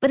But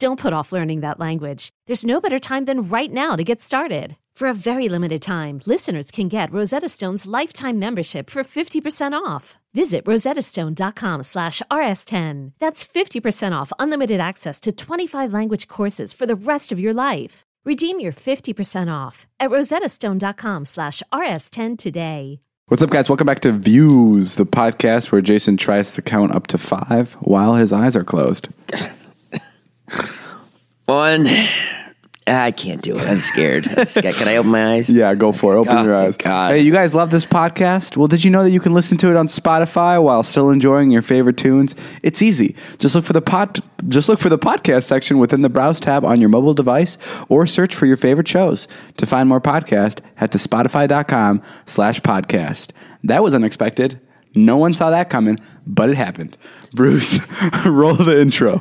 Don't put off learning that language. There's no better time than right now to get started. For a very limited time, listeners can get Rosetta Stone's lifetime membership for 50% off. Visit rosettastone.com slash rs10. That's 50% off unlimited access to 25 language courses for the rest of your life. Redeem your 50% off at rosettastone.com slash rs10 today. What's up, guys? Welcome back to Views, the podcast where Jason tries to count up to five while his eyes are closed. One. Ah, I can't do it. I'm scared. Can I open my eyes? Yeah, go for it. Open Oh, your thank eyes. God. Hey, you guys love this podcast? Well, did you know that you can listen to it on Spotify while still enjoying your favorite tunes? It's easy. Just look for the pod, just look for the podcast section within the browse tab on your mobile device or search for your favorite shows. To find more podcast, head to spotify.com slash podcast. That was unexpected. No one saw that coming, but it happened. Bruce, roll the intro.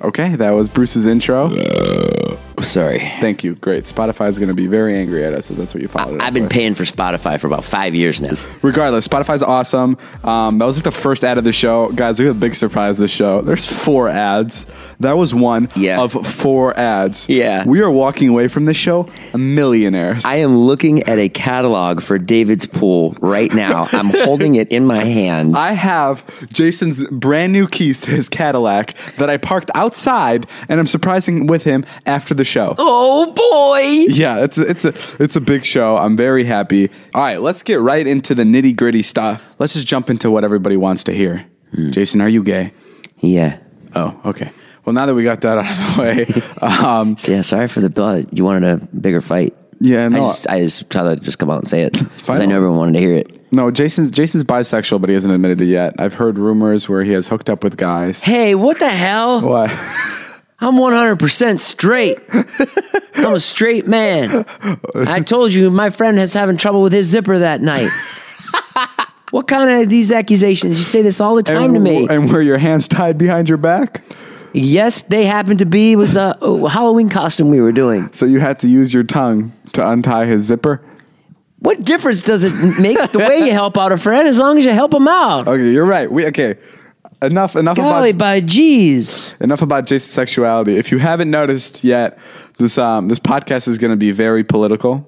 Okay, that was Bruce's intro. Uh, Sorry. Thank you. Great. Spotify is going to be very angry at us if that's what you followed. it I've up been with. paying for Spotify for about five years now. Regardless, Spotify's awesome. Um, that was like the first ad of the show, guys. We have a big surprise this show. There's four ads. That was one Yeah. of four ads. Yeah. we are walking away from this show millionaires. I am looking at a catalog for David's pool right now. I'm holding it in my hand. I have Jason's brand new keys to his Cadillac that I parked outside, and I'm surprising with him after the show. oh boy! Yeah, it's a, it's a it's a big show. I'm very happy. All right, let's get right into the nitty gritty stuff. Let's just jump into what everybody wants to hear. Hmm. Jason, are you gay? Yeah. Oh, okay. Well, now that we got that out of the way, um, So, yeah. Sorry for the blood. You wanted a bigger fight. Yeah, no. I just, I just try to just come out and say it because I Fine. know everyone wanted to hear it. no, Jason's Jason's bisexual, but he hasn't admitted it yet. I've heard rumors where he has hooked up with guys. Hey, what the hell? What? I'm 100% straight. I'm a straight man. I told you my friend is having trouble with his zipper that night. what kind of these accusations? You say this all the time to me. And were your hands tied behind your back? yes, they happened to be with a oh, Halloween costume we were doing. So you had to use your tongue to untie his zipper? What difference does it make the way you help out a friend as long as you help him out? Okay, you're right. We okay. Enough enough Golly, about by geez. enough about Jason's sexuality. If you haven't noticed yet, this um, this podcast is going to be very political.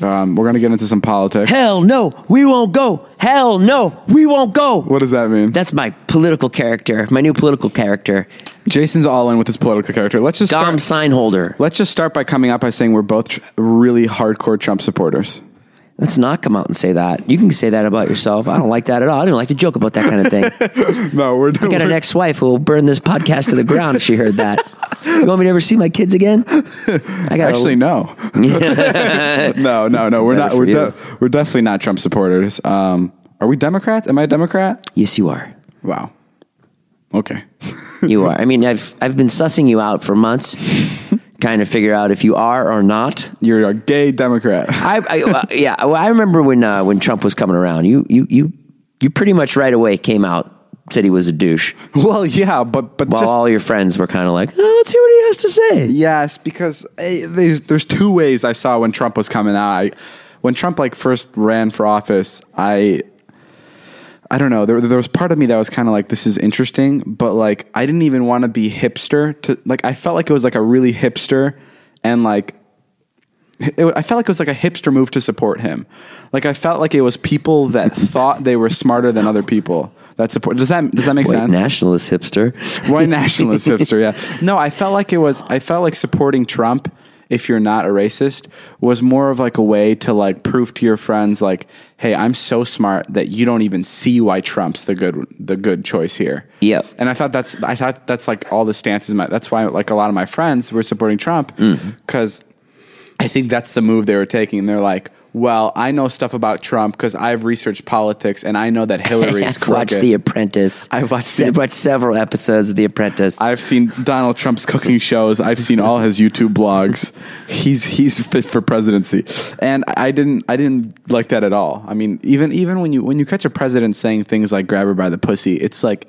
Um, we're going to get into some politics. Hell no, we won't go. Hell no, we won't go. What does that mean? That's my political character, my new political character, Jason's all in with his political character. Let's just Dom start, Signholder. let's just start by coming out by saying we're both tr- really hardcore Trump supporters. Let's not come out and say that. You can say that about yourself. I don't like that at all. I don't like to joke about that kind of thing. No, we're I got an ex-wife who will burn this podcast to the ground if she heard that. You want me to never see my kids again? I got actually no, no, no, no. We're Better not. Uh, for We're you. de- we're definitely not Trump supporters. Um, are we Democrats? Am I a Democrat? yes, you are. Wow. Okay. You are. I mean, I've I've been sussing you out for months, trying to figure out if you are or not. You're a gay Democrat. I, I uh, yeah. Well, I remember when uh, when Trump was coming around. You you you you pretty much right away came out said he was a douche. well, yeah, but but While just all your friends were kind of like, oh, let's hear what he has to say. Yes, because eh, there's there's two ways I saw when Trump was coming out. I, when Trump like first ran for office, I I don't know. There, there was part of me that was kind of like, this is interesting, but like I didn't even want to be hipster. To like, I felt like it was like a really hipster, and like it, I felt like it was like a hipster move to support him. Like I felt like it was people that thought they were smarter than other people that support. Does that does that make White sense? nationalist hipster. White nationalist hipster, yeah. No, I felt like it was. I felt like supporting Trump, if you're not a racist, was more of like a way to like prove to your friends, like, hey, I'm so smart that you don't even see why Trump's the good the good choice here. Yep. And I thought that's I thought that's like all the stances. My, that's why like a lot of my friends were supporting Trump because I think that's the move they were taking. They're like, well, I know stuff about Trump because I've researched politics and I know that Hillary is I've watched The Apprentice. I've watched Se- The- watched several episodes of The Apprentice. I've seen Donald Trump's cooking shows. I've seen all his YouTube blogs. He's he's fit for presidency, and I didn't I didn't like that at all. I mean, even even when you when you catch a president saying things like "grab her by the pussy," it's like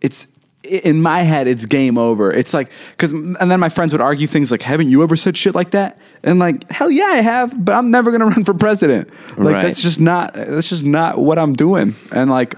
it's in my head it's game over. It's like because and then my friends would argue things like, "Haven't you ever said shit like that?" And like, hell yeah, I have, but I'm never gonna run for president. Like Right. that's just not that's just not what I'm doing. And like,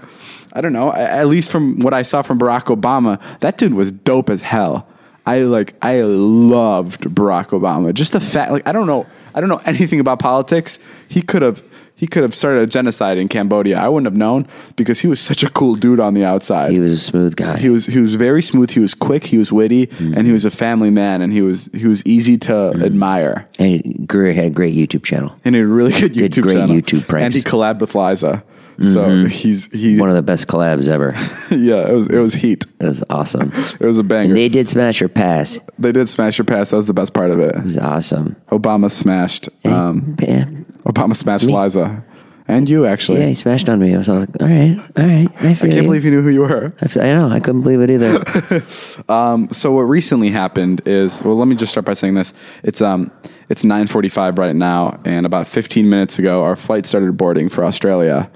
I don't know. a- At least from what I saw from Barack Obama, that dude was dope as hell. I like I loved Barack Obama. Just the fact, like I don't know, I don't know anything about politics. He could have he could have started a genocide in Cambodia. I wouldn't have known because he was such a cool dude on the outside. he was a smooth guy. He was he was very smooth. He was quick. He was witty, Mm-hmm. and he was a family man. And he was he was easy to admire. and Greer had a great YouTube channel. And he had a really good YouTube Did great channel. YouTube And pranks. Mm-hmm. he collabed with Liza, so he's he One of the best collabs ever. yeah. It was it was heat. It was awesome. It was a banger. They, They did smash or pass. It did smash your pass. That was the best part of it. was awesome. Obama smashed. Um, yeah, Obama smashed Liza, and you actually. yeah, he smashed on me. I was all like, all right, all right. I, I feel you. can't believe you knew who you were. I, feel, I know. I couldn't believe it either. So what recently happened is well, let me just start by saying this. It's um, it's nine forty-five right now, and about fifteen minutes ago, our flight started boarding for Australia,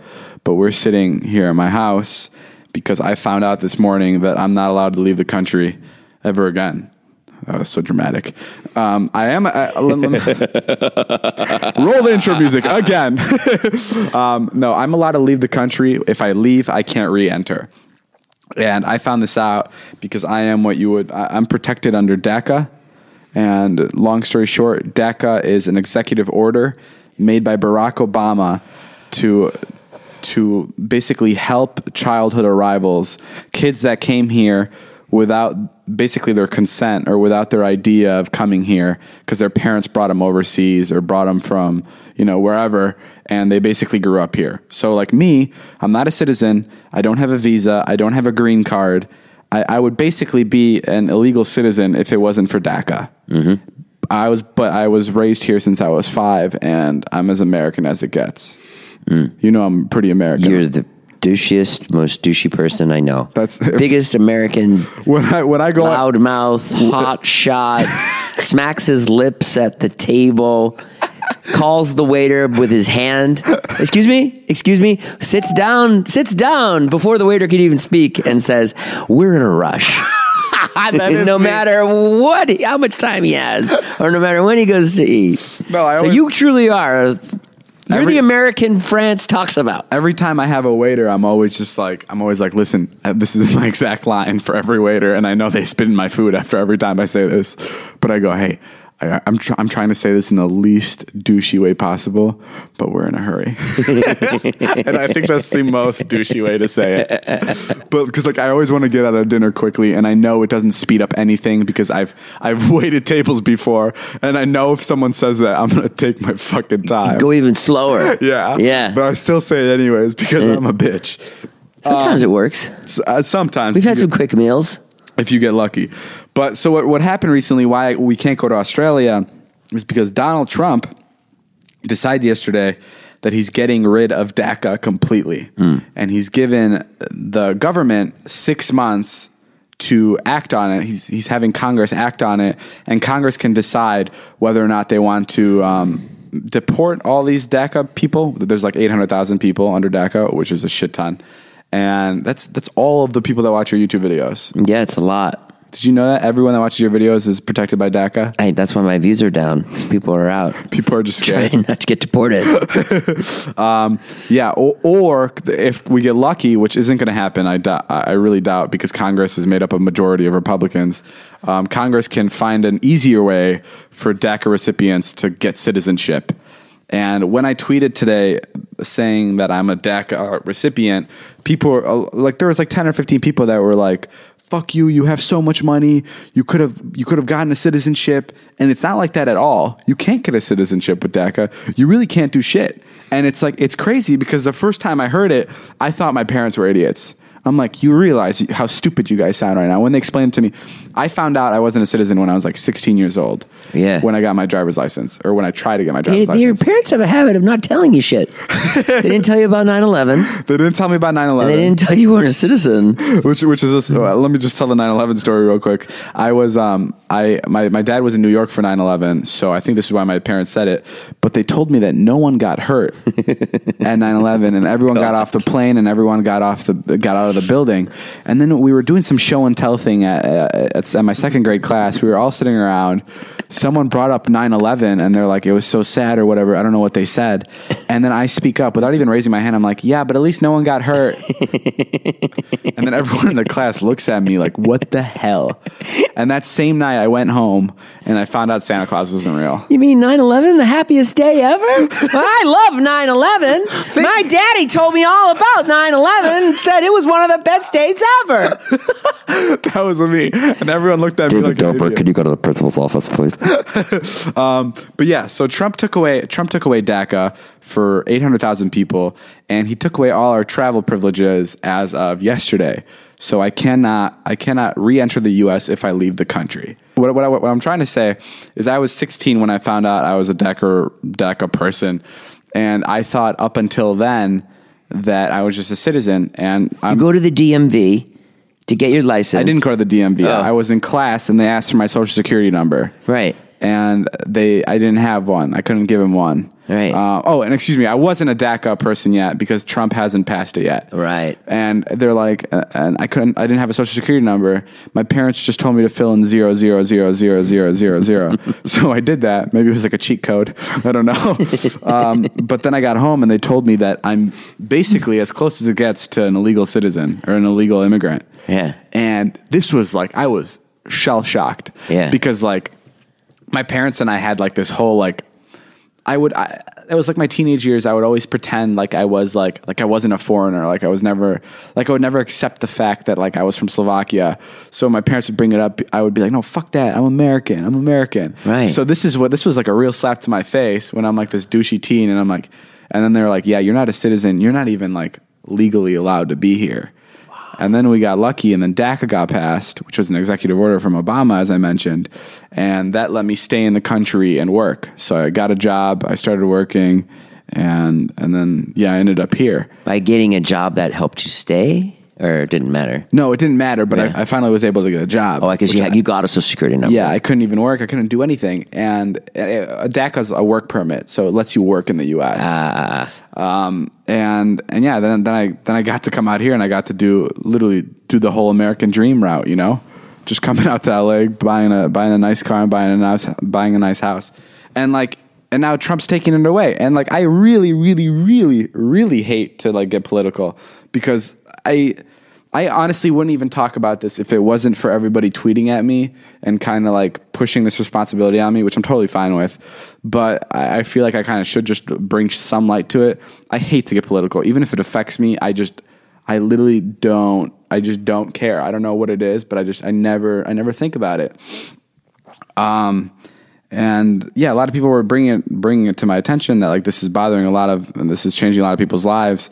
but we're sitting here in my house because I found out this morning that I'm not allowed to leave the country ever again. That was so dramatic. Um, I am. I, let me- roll the intro music again. um, no, I'm allowed to leave the country. If I leave, I can't re-enter. And I found this out because I am what you would, I- I'm protected under DACA. And long story short, DACA is an executive order made by Barack Obama to to basically help childhood arrivals, kids that came here without basically their consent or without their idea of coming here because their parents brought them overseas or brought them from, you know, wherever and they basically grew up here. So like me, I'm not a citizen, I don't have a visa, I don't have a green card. I, I would basically be an illegal citizen if it wasn't for DACA. I was, but I was raised here since I was five, and I'm as American as it gets. You know, I'm pretty American. You're the douchiest, most douchey person I know. That's- biggest American when I when I go out, loudmouth, hot shot, smacks his lips at the table, calls the waiter with his hand. Excuse me, excuse me. Sits down, sits down before the waiter can even speak, and says, "We're in a rush." no matter what, he- how much time he has, or no matter when he goes to eat. No, I so always- you truly are. You're Every- the American France talks about. every time I have a waiter, I'm always just like, I'm always like, listen, uh, this is my exact line for every waiter, and I know they spit in my food after every time I say this, but I go, hey, I, I'm tr- I'm trying to say this in the least douchey way possible, but we're in a hurry, and I think that's the most douchey way to say it. But because like I always want to get out of dinner quickly, and I know it doesn't speed up anything because I've I've waited tables before, and I know if someone says that, I'm gonna take my fucking time. Go even slower. Yeah. Yeah. But I still say it anyways because I'm a bitch. Sometimes it works. S- uh, sometimes We've if had um, you some quick meals. get- if you get lucky. But so what, what happened recently, why we can't go to Australia is because Donald Trump decided yesterday that he's getting rid of DACA completely. And he's given the government six months to act on it. He's, he's having Congress act on it, and Congress can decide whether or not they want to um, deport all these DACA people. There's like 800,000 people under DACA, which is a shit ton. And that's that's all of the people that watch your YouTube videos. Yeah, it's a lot. Did you know that everyone that watches your videos is protected by DACA? I, that's why my views are down because people are out People are just scared. trying not to get deported. Yeah, or, or if we get lucky, which isn't going to happen, I doubt, I really doubt because Congress is made up of majority of Republicans. Um, Congress can find an easier way for DACA recipients to get citizenship. And when I tweeted today saying that I'm a DACA recipient, people were, uh, like there was like ten or fifteen people that were like, "Fuck you! You have so much money. You could have you could have gotten a citizenship." And it's not like that at all. You can't get a citizenship with DACA. You really can't do shit. And it's like it's crazy because the first time I heard it, I thought my parents were idiots. I'm like, you realize how stupid you guys sound right now. When they explained to me, I found out I wasn't a citizen when I was like 16 years old. Yeah. When I got my driver's license or when I tried to get my driver's Your license. parents have a habit of not telling you shit. they didn't tell you about 9 11. They didn't tell me about 9 They 11. didn't tell you weren't a citizen. which which is this well, let me just tell the 9-11 story real quick i was um i my, my dad was in new york for 9-11 so i think this is why my parents said it but they told me that no one got hurt at 9-11 and everyone got off the plane and everyone got off the got out of the building and then we were doing some show and tell thing at, at, at my second grade class we were all sitting around someone brought up 9-11 and they're like it was so sad or whatever i don't know what they said and then i speak up without even raising my hand i'm like yeah but at least no one got hurt and then everyone in the class looks at me like, what the hell? And that same night, I went home and I found out Santa Claus wasn't real. You mean 9 11, the happiest day ever? Well, I love 9 11. My daddy told me all about 9 11 and said it was one of the best days ever. That was me. And everyone looked at me David like, an Dober, idiot. Um, could you go to the principal's office, please? but yeah, so Trump took away Trump took away DACA for 800,000 people and he took away all our travel privileges as of yesterday. So I cannot I cannot re-enter the US if I leave the country. What, what, I, what I'm trying to say is I was 16 when I found out I was a DACA DACA person and I thought up until then that I was just a citizen and I'm, Go to the DMV to get your license. I didn't go to the DMV. Oh. I was in class and they asked for my social security number Right. and they I didn't have one. I couldn't give him one. Right. Uh, oh, and excuse me, I wasn't a DACA person yet because Trump hasn't passed it yet. Right. And they're like, uh, and I couldn't, I didn't have a social security number. My parents just told me to fill in zero zero zero zero zero zero zero. so I did that. Maybe it was like a cheat code. I don't know. um, but then I got home and they told me that I'm basically as close as it gets to an illegal citizen or an illegal immigrant. Yeah. And this was like I was shell shocked. Yeah. Because like my parents and I had like this whole like I would I it was like my teenage years I would always pretend like I was like like I wasn't a foreigner like I was never like I would never accept the fact that like I was from Slovakia so my parents would bring it up I would be like no fuck that I'm American I'm American Right. so this is what this was like a real slap to my face when I'm like this douchey teen and I'm like and then they're like yeah you're not a citizen you're not even like legally allowed to be here and then we got lucky, and then DACA got passed, which was an executive order from Obama, as I mentioned. And that let me stay in the country and work. So I got a job, I started working, and, and then, yeah, I ended up here. By getting a job that helped you stay, or it didn't matter? No, it didn't matter, but Yeah. I, I finally was able to get a job. Oh, because which you, I- had you got a social security number. Yeah, I couldn't even work. I couldn't do anything. And uh, DACA's a work permit, so it lets you work in the U.S. Ah. Um, and and yeah, then then I then I got to come out here and I got to do literally do the whole American dream route. You know, just coming out to L.A., buying a buying a nice car and buying a nice buying a nice house, and like. And now Trump's taking it away, and like I really, really, really, really hate to like get political because I I honestly wouldn't even talk about this if it wasn't for everybody tweeting at me and kind of like pushing this responsibility on me, which I'm totally fine with. But I, I feel like I kind of should just bring some light to it. I hate to get political, even if it affects me. I just, I literally don't. I just don't care. I don't know what it is, but I just, I never, I never think about it. Um, and yeah, a lot of people were bringing it, bringing it to my attention that like this is bothering a lot of, and this is changing a lot of people's lives.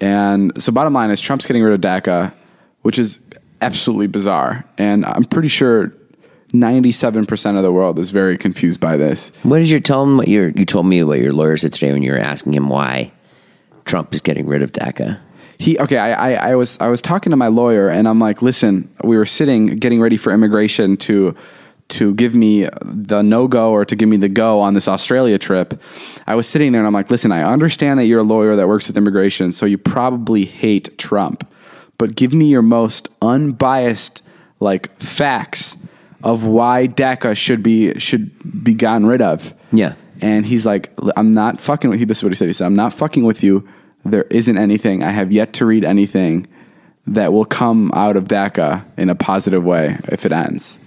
And so, bottom line is Trump's getting rid of DACA, which is absolutely bizarre. And I'm pretty sure 97% of the world is very confused by this. What did you tell him? What your you told me what your lawyer said today when you were asking him why Trump is getting rid of DACA. he okay I, I i was i was talking to my lawyer and i'm like listen we were sitting getting ready for immigration to to give me the no go or to give me the go on this australia trip i was sitting there and i'm like listen i understand that you're a lawyer that works with immigration so you probably hate trump but give me your most unbiased like facts of why daca should be should be gotten rid of Yeah. and he's like, I'm not fucking with you. This is what he said. He said, I'm not fucking with you. There isn't anything. I have yet to read anything that will come out of DACA in a positive way if it ends.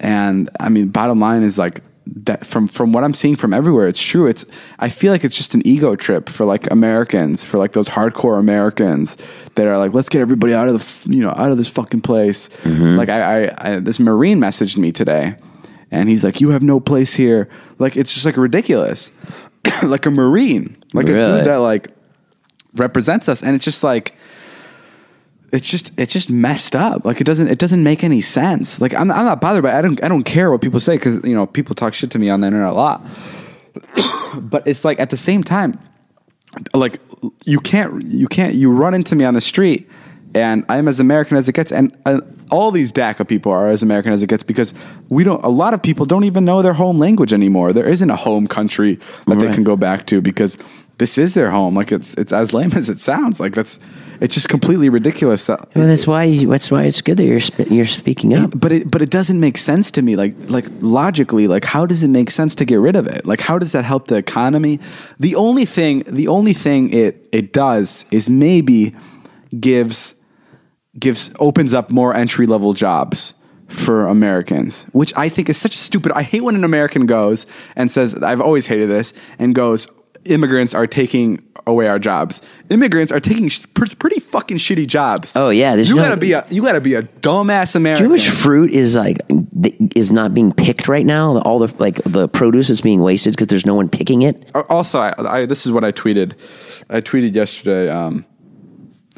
And I mean, bottom line is like, that from from what I'm seeing from everywhere, it's true. It's I feel like it's just an ego trip for like Americans, for like those hardcore Americans that are like, let's get everybody out of the f- you know out of this fucking place. Like I, I, I this Marine messaged me today, and he's like, "You have no place here." Like it's just like ridiculous, like a marine, like a Really? dude that like represents us, and it's just like it's just it's just messed up. Like it doesn't it doesn't make any sense. Like I'm I'm not bothered by it. I don't I don't care what people say because you know people talk shit to me on the internet a lot. but it's like at the same time, like you can't you can't you run into me on the street, and I'm as American as it gets, and uh, all these DACA people are as American as it gets because we don't. A lot of people don't even know their home language anymore. There isn't a home country that they Right. can go back to because this is their home. Like it's it's as lame as it sounds. Like that's it's just completely ridiculous. That, Well, that's why you, that's why it's good that you're sp- you're speaking up. but it but it doesn't make sense to me like like logically like how does it make sense to get rid of it like how does that help the economy the only thing the only thing it it does is maybe gives gives opens up more entry level jobs for Americans, which I think is such a stupid. I hate when an American goes and says, "I've always hated this," and goes, "Immigrants are taking away our jobs. Immigrants are taking sh- pr- pretty fucking shitty jobs." Oh, yeah, there's you no- gotta be a you gotta be a dumbass American. Do you know how much fruit is like th- is not being picked right now? All the like the produce is being wasted because there's no one picking it. also, I, I, this is what I tweeted. I tweeted yesterday. Um,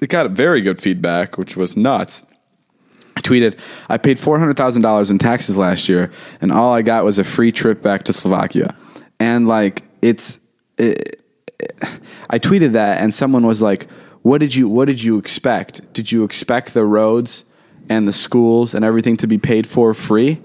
it got very good feedback, which was nuts. I tweeted, I paid four hundred thousand dollars in taxes last year, and all I got was a free trip back to Slovakia. And like, it's, it, I tweeted that, and someone was like, "What did you What did you expect? Did you expect the roads and the schools and everything to be paid for free?"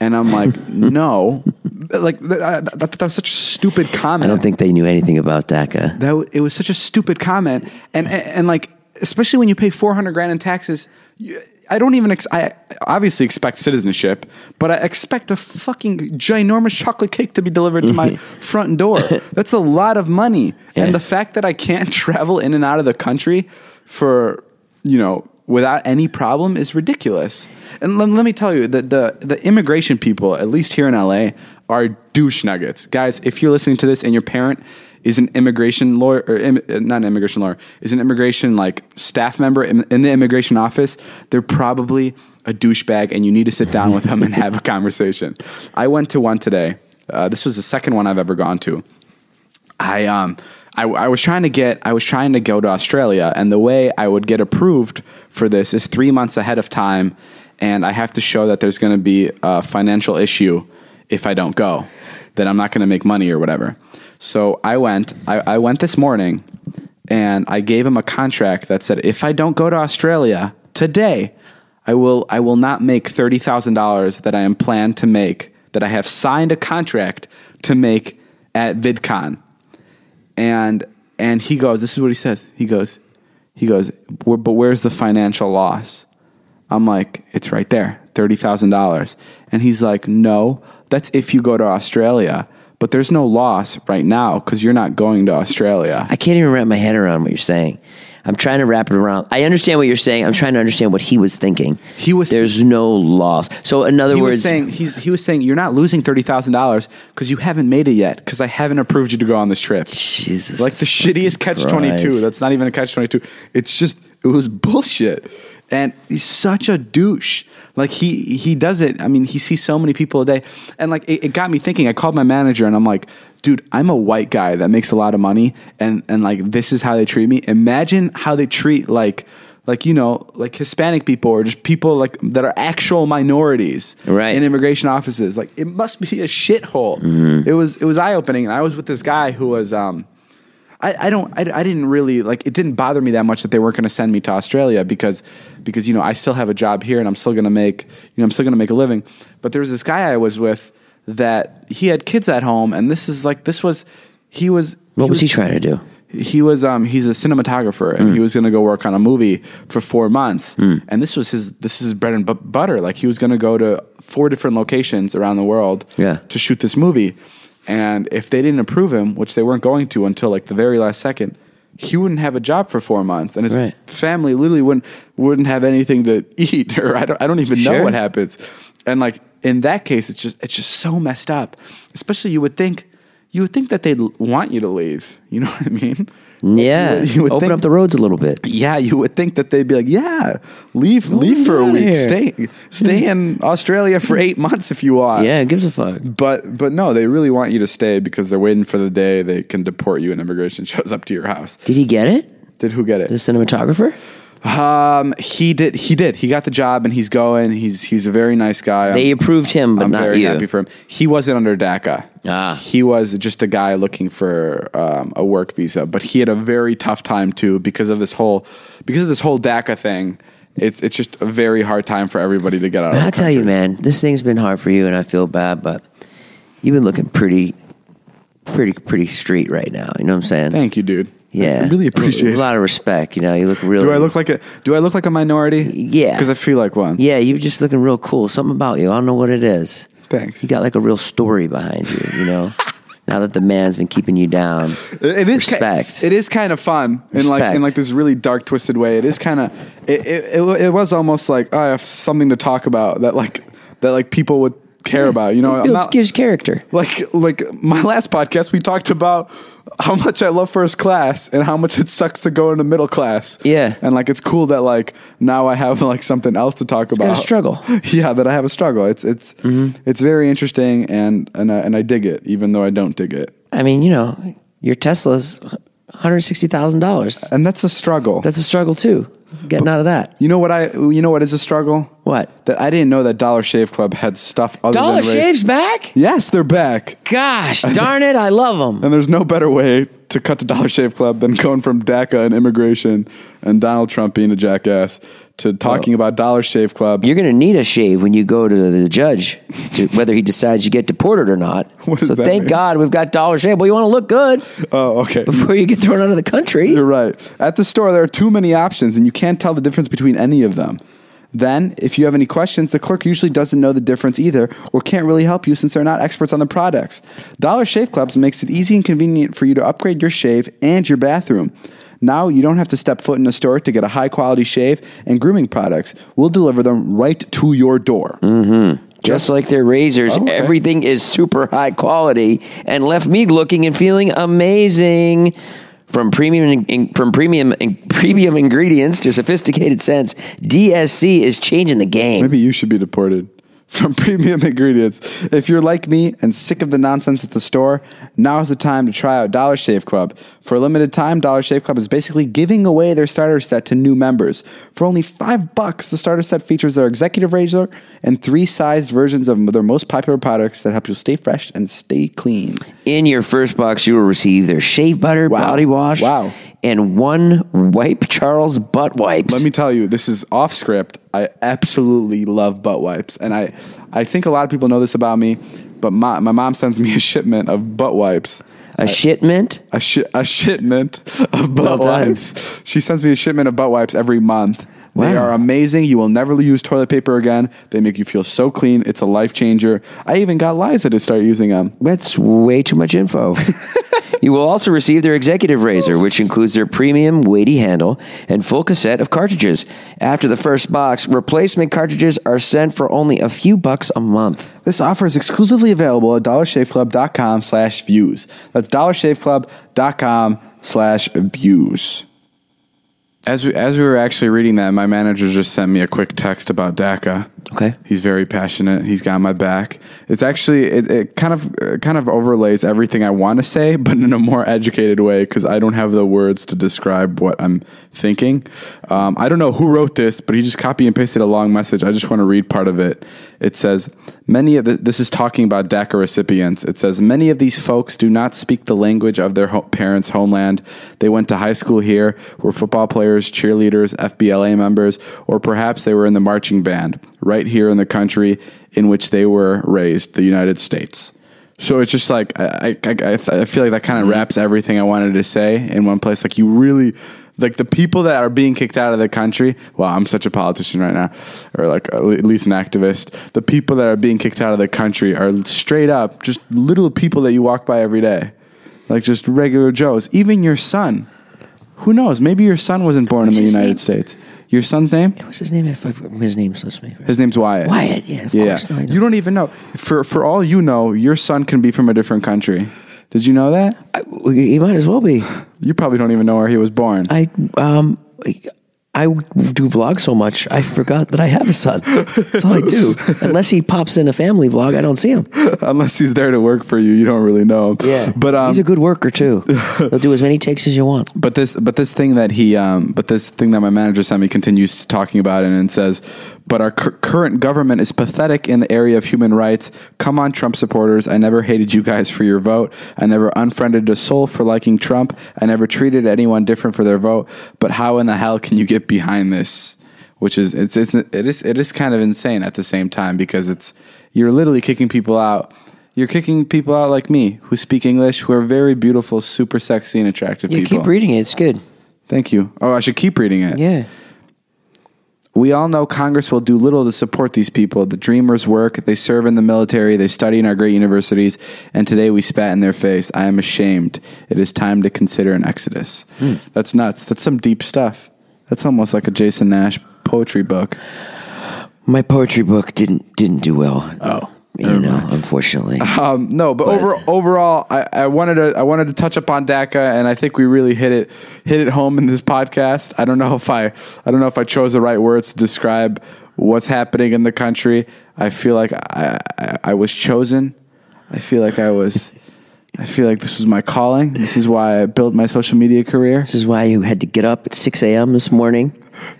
And I'm like, "No." Like th- I- th- that, was such a stupid comment I don't think they knew anything about DACA. that w- it was such a stupid comment and and, and like especially when you pay 400 grand in taxes you, i don't even ex- i obviously expect citizenship but i expect a fucking ginormous chocolate cake to be delivered to my front door that's a lot of money Yeah. and the fact that i can't travel in and out of the country for you know without any problem is ridiculous and let, let me tell you that the the immigration people at least here in la are douche nuggets guys if you're listening to this and your parent is an immigration lawyer, or im, uh, not an immigration lawyer, is an immigration like staff member in, in the immigration office, they're probably a douchebag, and you need to sit down with them and have a conversation. I went to one today. Uh, this was the second one I've ever gone to. I um I, I was trying to get I was trying to go to Australia, and the way I would get approved for this is three months ahead of time, and I have to show that there's going to be a financial issue if I don't go, that I'm not going to make money or whatever. So I went I, I went this morning, and I gave him a contract that said if I don't go to Australia today, I will I will not make thirty thousand dollars that I am planned to make that I have signed a contract to make at VidCon and and he goes this is what he says he goes he goes "Where- but where's the financial loss i'm like it's right there $30000 and he's like no that's if you go to australia but there's no loss right now because you're not going to australia I can't even wrap my head around what you're saying. I'm trying to wrap it around. I understand what you're saying. I'm trying to understand what he was thinking. He was- There's no loss. So in other he words, was saying he's, he was saying you're not losing $30000 because you haven't made it yet because i haven't approved you to go on this trip Jesus, like the shittiest catch twenty two. Christ. That's not even a catch twenty two. It's just it was bullshit, and he's such a douche. Like he he does it. I mean, he sees so many people a day, and like it, it got me thinking. I called my manager, and I'm like, dude, I'm a white guy that makes a lot of money, and and like this is how they treat me. Imagine how they treat like. Like you know, like Hispanic people or just people like that are actual minorities Right. in immigration offices. Like it must be a shithole. Mm-hmm. It was it was eye opening, and I was with this guy who was um, I, I don't I, I didn't really like it didn't bother me that much that they weren't going to send me to Australia because because you know I still have a job here and I'm still going to make you know I'm still going to make a living but there was this guy I was with that he had kids at home and this is like this was he was what was he trying to do? he was um he's a cinematographer and he Hmm. was going to go work on a movie for four months and this was his this is his bread and bu- butter like he was going to go to four different locations around the world Yeah. to shoot this movie and if they didn't approve him which they weren't going to until like the very last second he wouldn't have a job for four months and his Right. family literally wouldn't wouldn't have anything to eat or I don't I don't even know Sure. what happens and like in that case it's just it's just so messed up especially you would think you would think that they'd l- want you to leave you know what I mean Yeah, would- you would open think- up the roads a little bit. yeah you would think that they'd be like yeah leave leave for a outta week here." stay stay in Australia for 8 months if you want Yeah, it gives a fuck. but but no they really want you to stay because they're waiting for the day they can deport you and immigration shows up to your house Did he get it? did who get it The cinematographer? Um, he did. He did. He got the job, and he's going. He's he's a very nice guy. I'm- They approved him, but I'm not very you. happy for him. He wasn't under DACA. Ah. He was just a guy looking for um, a work visa, but he had a very tough time too because of this whole because of this whole DACA thing. It's it's just a very hard time for everybody to get out. But of I the tell you, man, this thing's been hard for you, and I feel bad, but you've been looking pretty, pretty, pretty street right now. You know what I'm saying? Thank you, dude. yeah, I really appreciate. a lot of respect. You know, you look really. it. Do I look like a Do I look like a minority? Yeah. because I feel like one. Yeah, you're just looking real cool. Something about you. I don't know what it is. Thanks. You got like a real story behind you. You know, now that the man's been keeping you down. It it is ki- respect. it is kind of fun in like in Respect. like this really dark, twisted way. It is kind of it, it, it. wa- It was almost like oh, I have something to talk about that like that like people would care about. You know, I'm Builds- not- gives character. like like my last podcast, we talked about how much I love first class and how much it sucks to go into middle class. Yeah. and like it's cool that like now I have like something else to talk about. a struggle. Yeah, that I have a struggle. It's it's Mm-hmm. it's very interesting and and I, and I dig it, even though I don't dig it. I mean, you know, your Tesla's hundred sixty thousand dollars. And that's a struggle. That's a struggle too. Getting out of that. You know what I? You know what is a struggle? What? That I didn't know that Dollar Shave Club had stuff other Dollar than race. Shave's back. Yes, they're back, Gosh darn it! I love them. and there's no better way to cut to Dollar Shave Club than going from DACA and immigration and Donald Trump being a jackass to Oh. talking about Dollar Shave Club. You're going to need a shave when you go to the judge, to, whether he decides you get deported or not. What does so that thank mean? God we've got Dollar Shave. Well, you want to look good oh, okay. before you get thrown out of the country. You're right. At the store, there are too many options, and you can't tell the difference between any of them. Then, if you have any questions, the clerk usually doesn't know the difference either or can't really help you since they're not experts on the products. Dollar Shave Clubs makes it easy and convenient for you to upgrade your shave and your bathroom. Now you don't have to step foot in a store to get a high quality shave and grooming products. We'll deliver them right to your door. Just like their razors, okay. everything is super high quality and left me looking and feeling amazing. From premium in, from premium in, premium ingredients to sophisticated scents, DSC is changing the game. Maybe you should be deported from premium ingredients. If you're like me and sick of the nonsense at the store, now is the time to try out Dollar Shave Club. For a limited time, Dollar Shave Club is basically giving away their starter set to new members. For only five bucks, the starter set features their executive razor and three sized versions of their most popular products that help you stay fresh and stay clean. In your first box, you will receive their shave butter, Wow. body wash, Wow. and one wipe Charles butt wipes. Let me tell you, this is off script. I absolutely love butt wipes, and I, I think a lot of people know this about me, but my, my mom sends me a shipment of butt wipes. a shipment. a, shi- a shipment of butt Well done. wipes. She sends me a shipment of butt wipes every month. They Wow. are amazing. You will never use toilet paper again. They make you feel so clean. It's a life changer. I even got Liza to start using them. That's way too much info. you will also receive their executive razor, which includes their premium weighty handle and full cassette of cartridges. After the first box, replacement cartridges are sent for only a few bucks a month. This offer is exclusively available at dollarshaveclub.com slash views. That's dollarshaveclub.com slash views. As we, as we were actually reading that, my manager just sent me a quick text about DACA. Okay. He's very passionate. He's got my back. It's actually it, it kind of uh, kind of overlays everything I want to say, but in a more educated way because I don't have the words to describe what I'm thinking. Um, I don't know who wrote this, but he just copy and pasted a long message. I just want to read part of it. It says many of the, this is talking about DACA recipients. It says many of these folks do not speak the language of their ho- parents' homeland. They went to high school here, were football players, cheerleaders, FBLA members, or perhaps they were in the marching band right here in the country in which they were raised, the United States. So it's just like I, I, I, I feel like that kind of wraps everything I wanted to say in one place. Like you really, like the people that are being kicked out of the country. Wow, I'm such a politician right now, or like at least an activist. The people that are being kicked out of the country are straight up just little people that you walk by every day, like just regular Joes. Even your son, who knows? Maybe your son wasn't born What's in the his United name? States. Your son's name? What's his name? His name slips me. His name's Wyatt. Wyatt, yeah, of course. No, I know. you don't even know. For for all you know, your son can be from a different country. Did you know that? He might as well be. You probably don't even know where he was born. I um, I do vlog so much, I forgot that I have a son. That's all I do. Unless he pops in a family vlog, I don't see him. Unless he's there to work for you, you don't really know him. but um, he's a good worker too. He'll do as many takes as you want. But this, but this thing that he, um, but this thing that my manager sent me continues talking about it and says, but our cur- current government is pathetic in the area of human rights. Come on, Trump supporters! I never hated you guys for your vote. I never unfriended a soul for liking Trump. I never treated anyone different for their vote. But how in the hell can you get behind this? Which is it's, it's it is it is kind of insane at the same time because it's you're literally kicking people out. You're kicking people out like me who speak English, who are very beautiful, super sexy, and attractive Yeah, people. keep reading it. It's good. Thank you. Oh, I should keep reading it. Yeah. We all know Congress will do little to support these people. The dreamers work, they serve in the military, they study in our great universities, and today we spat in their face. I am ashamed. It is time to consider an exodus. That's nuts. That's some deep stuff. That's almost like a Jason Nash poetry book. My poetry book didn't didn't do well. Oh, you know, unfortunately. Um, no, but, over, overall, I, I wanted to I wanted to touch up on DACA, and I think we really hit it hit it home in this podcast. I don't know if I I don't know if I chose the right words to describe what's happening in the country. I feel like I I, I was chosen. I feel like I was. I feel like this was my calling. This is why I built my social media career This is why you had to get up at six a.m. this morning,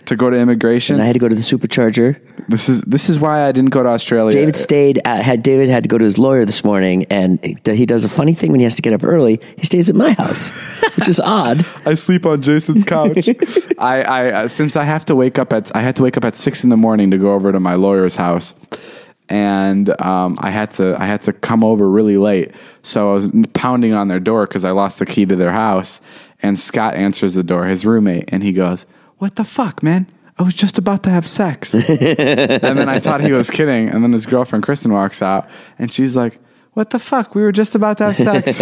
to go to immigration. and I had to go to the supercharger. this is this is why I didn't go to Australia. David stayed. At, had David had to go to his lawyer this morning, and he does a funny thing when he has to get up early. He stays at my house, which is odd. I sleep on Jason's couch. I, I uh, since I have to wake up at I had to wake up at six in the morning to go over to my lawyer's house, and um, I had to I had to come over really late. So I was pounding on their door because I lost the key to their house. And Scott answers the door, his roommate, and he goes, "What the fuck, man." I was just about to have sex. and then I thought he was kidding. And then his girlfriend, Kristen, walks out and she's like, What the fuck? We were just about to have sex.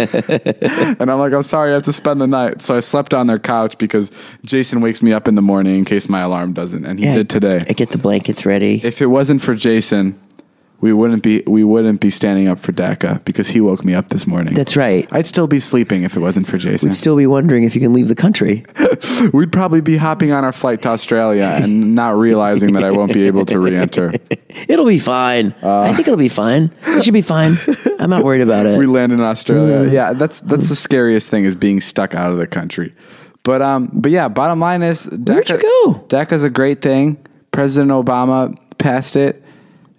And I'm like, I'm sorry, I have to spend the night. So I slept on their couch because Jason wakes me up in the morning in case my alarm doesn't, and he did today. I get the blankets ready. if it wasn't for Jason, we wouldn't be we wouldn't be standing up for DACA because he woke me up this morning. That's right. I'd still be sleeping if it wasn't for Jason. I'd still be wondering if you can leave the country. We'd probably be hopping on our flight to Australia and not realizing that I won't be able to re-enter. It'll be fine. Uh. I think it'll be fine. It should be fine. I'm not worried about it. Mm. we land in Australia. Yeah, that's that's the scariest thing is being stuck out of the country. But um, but yeah, bottom line is Where'd you go? DACA's a great thing. President Obama passed it,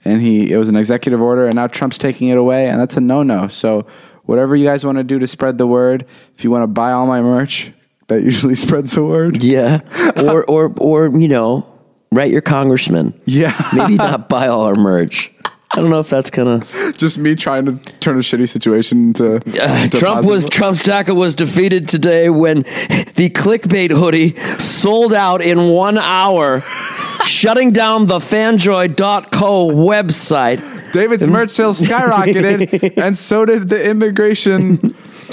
and he it was an executive order, and now Trump's taking it away, and that's a no no. So whatever you guys want to do to spread the word, if you want to buy all my merch, that usually spreads the word. yeah. Or or or you know, write your congressman. Yeah, Maybe not buy all our merch. I don't know if that's gonna. just me trying to turn a shitty situation into. Uh, into Trump was positive. Trump's DACA was defeated today when the clickbait hoodie sold out in one hour, shutting down the fanjoy.co website. David's merch sales skyrocketed, and so did the immigration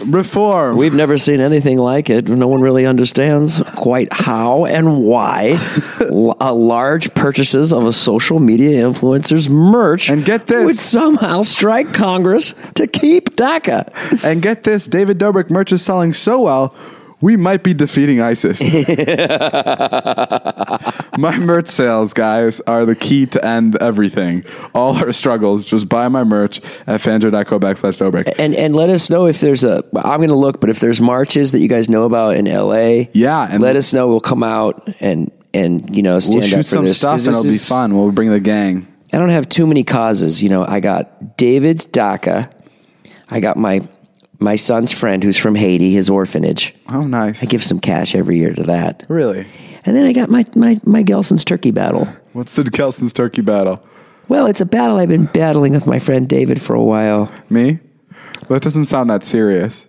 reform. We've never seen anything like it. No one really understands quite how and why l- a large purchases of a social media influencer's merch And get this. would somehow strike Congress to keep DACA. and get this, David Dobrik merch is selling so well, we might be defeating ISIS. my merch sales, guys, are the key to end everything. All our struggles. Just buy my merch at fanjo.co backslash Dobrik. And and let us know if there's a. I'm going to look, but if there's marches that you guys know about in LA, Yeah, and- let us know. We'll come out and and you know stand We'll up for shoot some this, stuff 'cause and this it'll be is- fun. We'll bring the gang. I don't have too many causes. You know, I got David's DACA. I got my my son's friend who's from Haiti, his orphanage. Oh, nice. I give some cash every year to that. really? And then I got my my, my Gelson's turkey battle. What's Sid Kelson's turkey battle? Well, it's a battle I've been battling with my friend David for a while. Me? That doesn't sound that serious.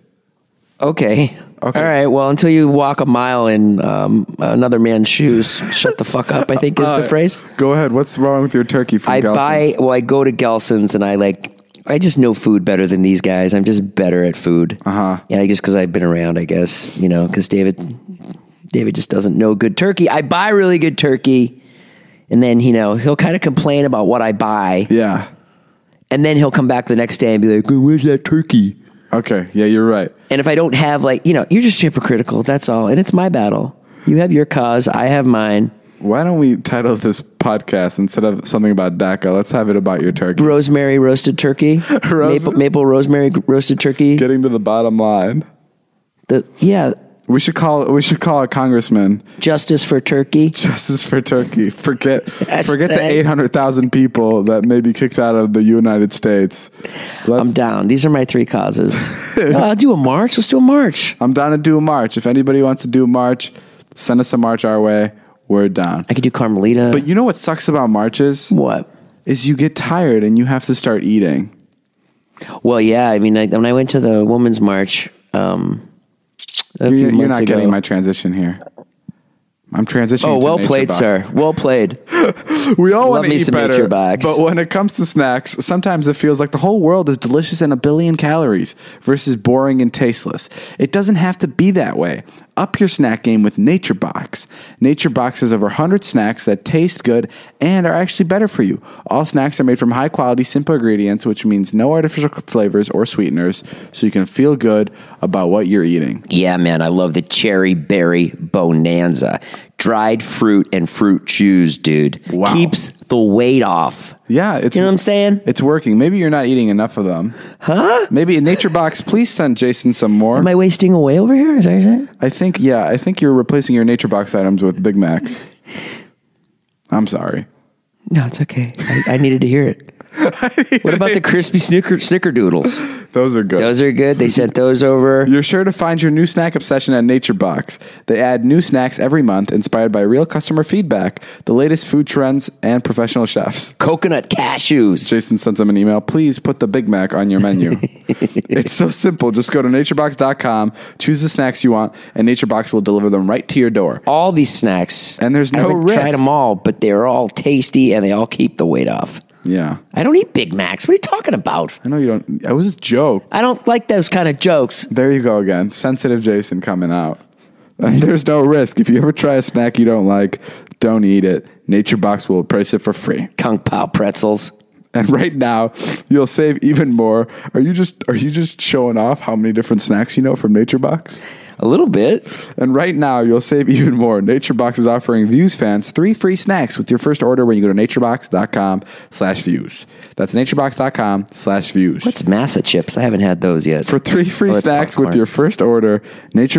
Okay. Okay. All right. Well, until you walk a mile in um, another man's shoes, shut the fuck up. I think is the Uh, phrase. Go ahead. What's wrong with your turkey from I Gelson's? buy. Well, I go to Gelson's and I like. I just know food better than these guys. I'm just better at food. Uh Uh-huh. And I just because I've been around, I guess you know, because David, David just doesn't know good turkey. I buy really good turkey, and then you know he'll kind of complain about what I buy, Yeah. and then he'll come back the next day and be like, "Oh, "Where's that turkey?" Okay. Yeah, you're right. And if I don't have like you know, you're just hypocritical. That's all, and it's my battle. You have your cause, I have mine. Why don't we title this podcast instead of something about DACA? Let's have it about your turkey. Rosemary roasted turkey, Rose- maple, maple rosemary g- roasted turkey. Getting to the bottom line. The, yeah, We should call we should call a congressman justice for turkey. justice for Turkey. Forget forget the Hashtag. eight hundred thousand people that may be kicked out of the United States. Let's, I'm I'm, down. These are my three causes. Uh, I'll do a march. Let's do a march. down to do a march. If anybody wants to do a march, send us a march our way. We're down. I could do Carmelita. But you know what sucks about marches what? is you get tired and you have to start eating. Well, yeah. I mean, I, when I went to the women's march, um, a few You're, you're months not ago- getting my transition here. I'm transitioning. Oh, to well Nature played, Box. sir. Well played. We all want Love to me eat some better, Nature Box. but when it comes to snacks, sometimes it feels like the whole world is delicious and a billion calories versus boring and tasteless. It doesn't have to be that way. Up your snack game with Nature Box. Nature Box has over 100 snacks that taste good and are actually better for you. All snacks are made from high quality, simple ingredients, which means no artificial flavors or sweeteners, so you can feel good about what you're eating. Yeah, man, I love the cherry berry bonanza. Dried fruit and fruit chews, dude. Wow. Keeps the weight off. Yeah, it's You know what I'm saying? It's working. Maybe you're not eating enough of them. Huh? Maybe Nature Box, please send Jason some more. Am I wasting away over here? Is that what you're saying? I think yeah, I think you're replacing your nature box items with Big Macs. I'm sorry. No, it's okay. I, I needed to hear it. what about the crispy snooker, snickerdoodles? Those are good. Those are good. They sent those over. you're sure to find your new snack obsession at Nature Box. They add new snacks every month inspired by real customer feedback, the latest food trends, and professional chefs. Coconut cashews. Jason sends them an email. Please put the Big Mac on your menu. it's so simple. Just go to naturebox.com, choose the snacks you want, and Nature Box will deliver them right to your door. All these snacks. And there's I no haven't tried risk. them all, but they're all tasty and they all keep the weight off. Yeah. I don't eat Big Macs. What are you talking about? I know you don't. I was a joke. I don't like those kind of jokes. There you go again. Sensitive Jason coming out. And there's no risk. If you ever try a snack you don't like, don't eat it. Nature Box will price it for free. Kung Pao pretzels. And right now, you'll save even more. Are you just are you just showing off how many different snacks you know from Nature Box? A little bit. And right now, you'll save even more. Nature Box is offering Views fans three free snacks with your first order when you go to naturebox.com slash views. That's naturebox.com slash views. What's massa chips? I haven't had those yet. For three free Oh, that's snacks with popcorn. your first order,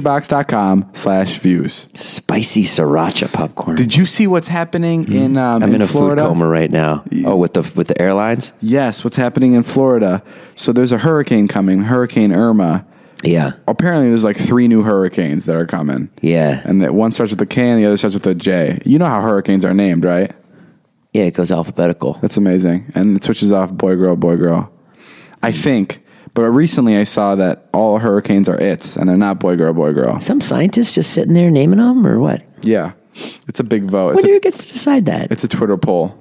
naturebox.com slash views. spicy sriracha popcorn. Did you see what's happening in um, Mm-hmm. I'm in, a Florida? food coma right now. Oh, with the with the airlines? Yes, what's happening in Florida? So there's a hurricane coming, Hurricane Irma. Yeah. Apparently, there's like three new hurricanes that are coming. Yeah. and that one starts with a K and the other starts with a J. You know how hurricanes are named, right? Yeah, it goes alphabetical. That's amazing. And it switches off boy, girl, boy, girl. I Mm. think. But recently, I saw that all hurricanes are its, and they're not boy, girl, boy, girl. Some scientist just sitting there naming them or what? Yeah, it's a big vote. It's When do a, you get to decide that? it's a Twitter poll.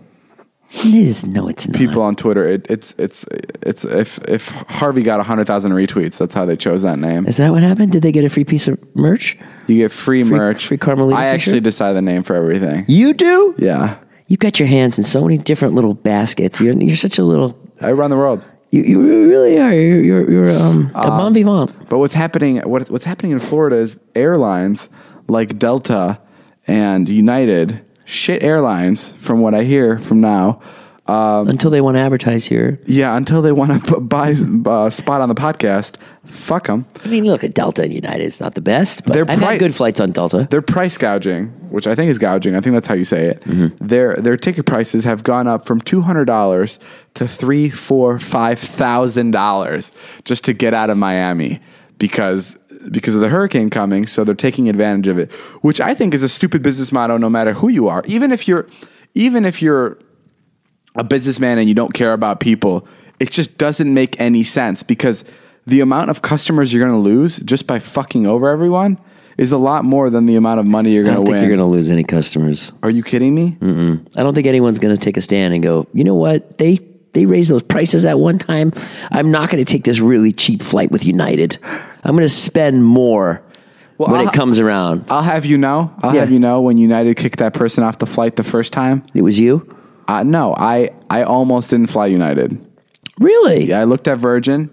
It is- no, it's not. people on Twitter. It, it's it's it's if if Harvey got hundred thousand retweets, that's how they chose that name. Is that what happened? Did they get a free piece of merch? You get free, merch. free Carmelita I actually t-shirt? decide the name for everything. You do? Yeah, You got your hands in so many different little baskets. You're, you're such a little. I run the world. You, you really are. You're, you're, you're um, a bon vivant. But what's happening? What, what's happening in Florida is airlines like Delta and United, shit airlines, from what I hear from now. um, Until they want to advertise here. Yeah, until they want to buy a spot on the podcast, fuck them. I mean, look at Delta and United. It's not the best, but They're I've pri- had good flights on Delta. They're price gouging, which I think is gouging. I think that's how you say it. Their their ticket prices have gone up from two hundred dollars to three, four, five thousand dollars just to get out of Miami because because of the hurricane coming. So they're taking advantage of it, which I think is a stupid business model. No matter who you are, even if you're even if you're a businessman and you don't care about people, it just doesn't make any sense because the amount of customers you're going to lose just by fucking over everyone is a lot more than the amount of money you're I going don't to think win. you're Hmm. going to lose any customers. Are you kidding me? I don't think anyone's going to take a stand and go, you know what? They they raised those prices at one time. I'm not going to take this really cheap flight with United. I'm going to spend more Well, when I'll- it comes around. I'll have you know. I'll Yeah. have you know when United kicked that person off the flight the first time. It was you, Uh, no, I I almost didn't fly United. really? I looked at Virgin,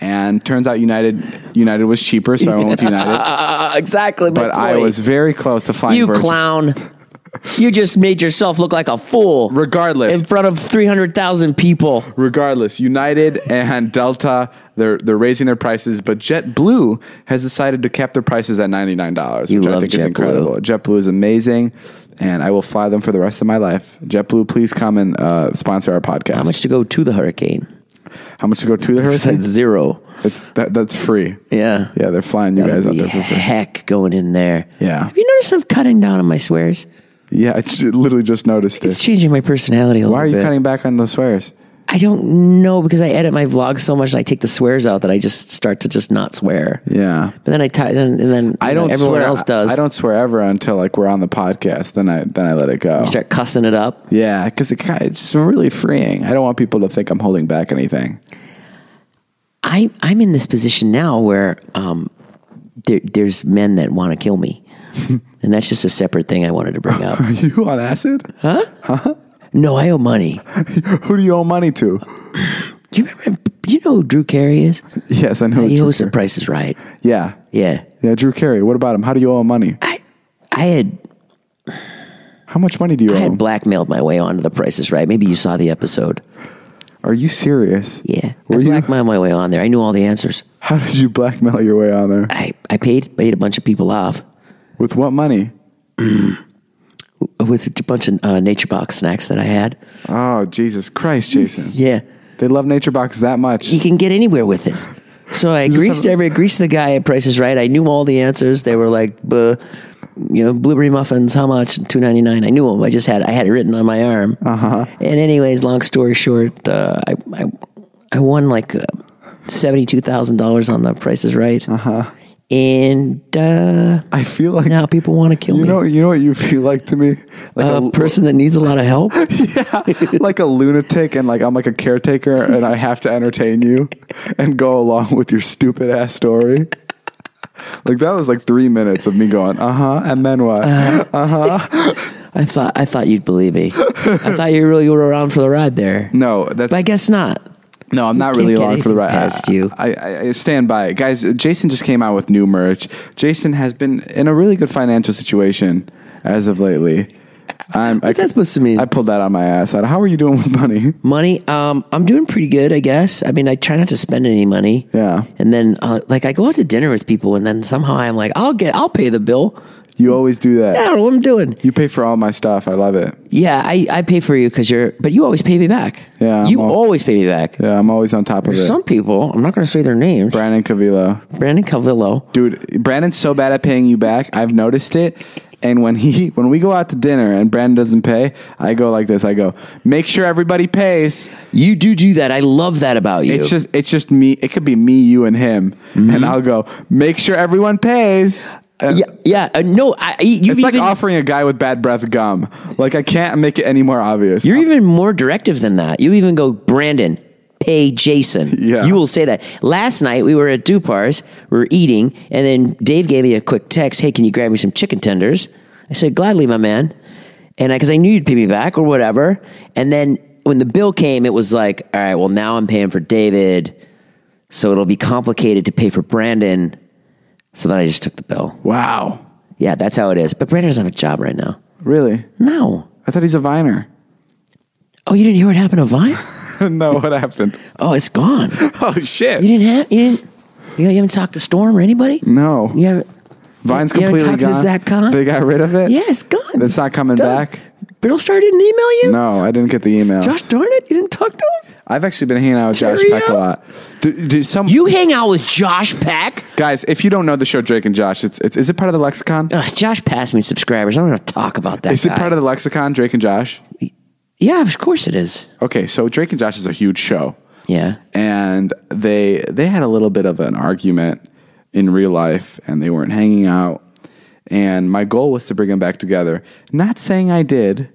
and turns out United United was cheaper, so I went with United. Uh, exactly. my But I point. was very close to flying you Virgin. clown. You just made yourself look like a fool. Regardless. In front of 300,000 people. Regardless, United and Delta, they're they're raising their prices, but JetBlue has decided to cap their prices at ninety nine dollars, which I love think is JetBlue. incredible. JetBlue is amazing, and I will fly them for the rest of my life. JetBlue, please come and uh, sponsor our podcast. How much to go to the hurricane? How much to go to the That's hurricane? zero. That's that, that's free. Yeah. yeah, they're flying you guys out there for free. heck going in there. Yeah. Have you noticed I'm cutting down on my swears? Yeah, I just, literally just noticed It's it. changing my personality Why a are little you bit. cutting back on the swears? I don't know because I edit my vlogs so much and I take the swears out that I just start to just not swear. Yeah. But then I tie then and then I you know, don't. everyone swear, else does. I don't swear ever until like we're on the podcast. Then I then I let it go. start cussing it up. Yeah, because it, ki- it's really freeing. I don't want people to think I'm holding back anything. I I'm in this position now where um, there, there's men that want to kill me, and that's just a separate thing I wanted to bring up. Are you on acid? No, I owe money. Who do you owe money to? Do you remember? You know who Drew Carey is? Yes, I know. He Oh, Drew hosts the Carey. Price is Right. Yeah. Yeah, Yeah, Drew Carey. What about him? How do you owe him money? I I had How much money do you I owe had him? blackmailed my way onto the Price is Right. Maybe you saw the episode. Are you serious? Yeah, Were I you? blackmailed my way on there. I knew all the answers. How did you blackmail your way on there? I I paid paid a bunch of people off With what money? with a bunch of uh, Nature Box snacks that I had. Oh, Jesus Christ, Jason. Yeah. They love Nature Box that much. you can get anywhere with it. So I just greased have- every greased the guy at Prices Right. I knew all the answers. They were like, uh, you know, blueberry muffins, how much? Two ninety nine. I knew them. I just had I had it written on my arm. Uh-huh. And anyways, long story short, uh, I, I I won like uh, seventy two thousand dollars on the Prices Right. Uh-huh. And uh, I feel like now people want to kill you me. know. uh, You know what you feel like to me? Like a a person that needs a lot of help. like a lunatic and like I'm like a caretaker and I have to entertain you and go along with your stupid ass story. Like that was like three minutes of me going, uh huh, and then what? Uh, I thought I thought you'd believe me. I thought you really were around for the ride there. no, that's But I guess not. no. I'm not can't really get along for the anything ride. I- past you. I, I, I stand by it, guys. Jason just came out with new merch. Jason has been in a really good financial situation as of lately. I'm, What's that supposed to mean? I pulled that on my ass. How are you doing with money? Money, um, I'm doing pretty good, I guess. I mean, I try not to spend any money. Yeah. And then, uh, like, I go out to dinner with people, and then somehow I'm like, I'll get, I'll pay the bill. You always do that. I don't know what I'm doing. You pay for all my stuff. I love it. Yeah, I, I pay for you because you're, but you always pay me back. Yeah, I'm You all- always pay me back. Yeah, I'm always on top of it. Some people, I'm not going to say their names. Brandon Cavillo. Brandon Calvillo. Dude, Brandon's so bad at paying you back. I've noticed it. And when he when we go out to dinner and Brandon doesn't pay, I go like this. I go, "Make sure everybody pays." You do do that. I love that about you. It's just it's just me. It could be me, you and him. And I'll go, "Make sure everyone pays." And yeah, yeah. Mm-hmm. uh, no, I, I- you've it's like even- offering a guy with bad breath gum. Like I can't make it any more obvious. You're even more directive than that. You even go, Brandon, pay Jason. Yeah. You will say that. Last night we were at Dupar's, we were eating, and then Dave gave me a quick text, hey, can you grab me some chicken tenders? I said, gladly, my man. And I, because I knew you'd pay me back or whatever. And then when the bill came, it was like, all right, well, now I'm paying for David. So it'll be complicated to pay for Brandon. So then I just took the bill. wow. Yeah, that's how it is. But Brandon doesn't have a job right now. Really? No. I thought he's a viner. Oh, you didn't hear what happened to Vine? no, what happened? Oh, it's gone. Oh shit. You didn't have you didn't you, you haven't talked to Storm or anybody? No. You haven't Vine's you haven't completely talked to gone. Zach Kahn? They got rid of it. Yeah, it's gone. It's not coming back? Biddle Star didn't email you? No, I didn't get the email. Josh darn it, you didn't talk to him? I've actually been hanging out with Josh Terrio? Peck a lot. Do, do some You hang out with Josh Pack? guys, if you don't know the show Drake and Josh, it's, it's is it part of the lexicon? Ugh, Josh passed me subscribers. I don't want to talk about that. Is it part of the lexicon, Drake and Josh? Yeah, of course it is. Okay, so Drake and Josh is a huge show. Yeah. and they they had a little bit of an argument in real life and they weren't hanging out and my goal was to bring them back together not saying i did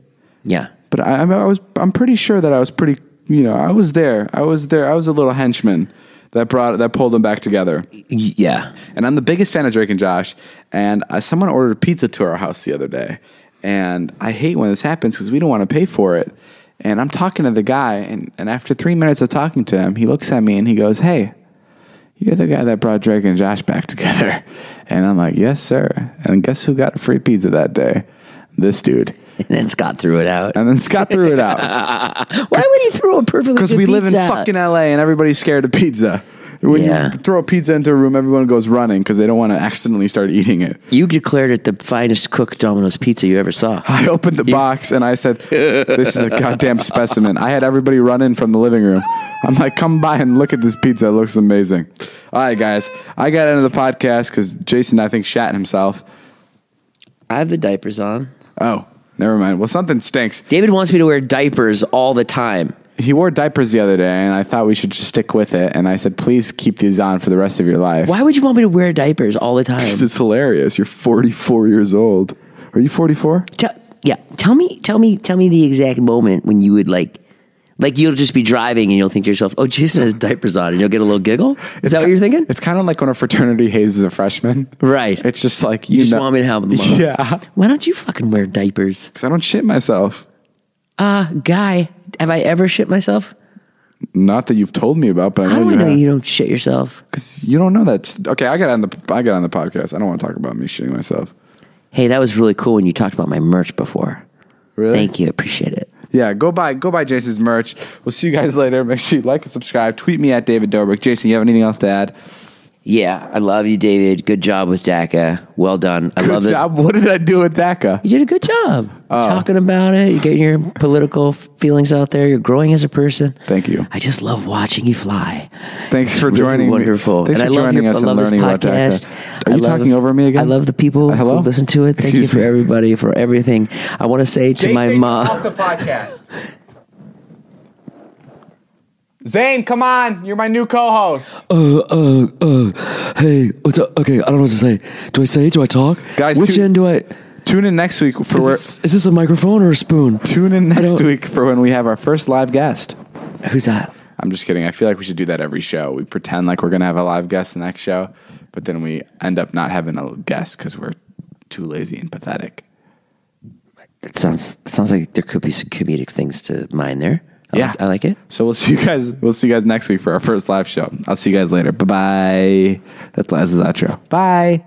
Yeah. but I, I was i'm pretty sure that i was pretty you know i was there i was there i was a little henchman that brought that pulled them back together Y- Yeah. and I'm the biggest fan of Drake and Josh. And uh, someone ordered pizza to our house the other day, and I hate when this happens because we don't want to pay for it. And I'm talking to the guy, and, and after three minutes of talking to him, he looks at me and he goes, "Hey, you're the guy that brought Drake and Josh back together." And I'm like, "Yes, sir." And guess who got a free pizza that day? This dude. and then Scott threw it out. And then Scott threw it out Why would he throw a perfectly because good we live in pizza out? fucking LA and everybody's scared of pizza. When Yeah. you throw a pizza into a room, everyone goes running because they don't want to accidentally start eating it. You declared it the finest cooked Domino's pizza you ever saw. I opened the box and I said, "This is a goddamn specimen." I had everybody run in from the living room. I'm like, "Come by and look at this pizza. It looks amazing." All right, guys, I got into the podcast because Jason, I think, shat himself. I have the diapers on. Oh, never mind. Well, something stinks. David wants me to wear diapers all the time. He wore diapers the other day, and I thought we should just stick with it. And I said, "Please keep these on for the rest of your life." Why would you want me to wear diapers all the time? It's hilarious. You're 44 years old. Are you 44? Tell- yeah, tell me, tell me, tell me the exact moment when you would like, like you'll just be driving and you'll think to yourself, "Oh, Jason has diapers on," and you'll get a little giggle. Is that what you're thinking? It's kind of like when a fraternity hazes a freshman. Right. It's just like you, You just know- want me to help them. out. Yeah. Why don't you fucking wear diapers, Because I don't shit myself. uh, guy? Have I ever shit myself? Not that you've told me about, but I know How do I you know have. you don't shit yourself? 'Cause you don't know that. Okay, I got on the I got on the podcast. I don't want to talk about me shitting myself. Hey, that was really cool when you talked about my merch before. Really? Thank you, appreciate it. Yeah, go buy go buy Jason's merch. We'll see you guys later. Make sure you like and subscribe. Tweet me at David Dobrik. Jason, you have anything else to add? Yeah, I love you, David. Good job with DACA. Well done. I love Good this. job. What did I do with DACA? You did a good job Oh. talking about it. You're getting your political f- feelings out there. You're growing as a person. Thank you. I just love watching you fly. Thanks for Really joining. me. Wonderful. Thanks and for I love joining your, us I and love this learning about podcast. DACA. Are I you love- talking over me again? I love the people Uh, hello? who listen to it. Thank you Excuse for me. everybody, for everything. I want to say to my mom. the podcast. Zane, come on. You're my new co-host. uh, uh, uh, hey, what's up? Okay, I don't know what to say. Do I say? Do I talk? Guys, which two- end do I? Tune in next week for Is where, this, is this a microphone or a spoon? tune in I next don't- week for when we have our first live guest. Who's that? I'm just kidding. I feel like we should do that every show. We pretend like we're gonna have a live guest the next show, but then we end up not having a guest because we're too lazy and pathetic. It sounds it sounds like there could be some comedic things to mine there. I Yeah. like, I like it. So we'll see you guys. We'll see you guys next week for our first live show. I'll see you guys later. Bye bye. That's Laz's outro. Bye.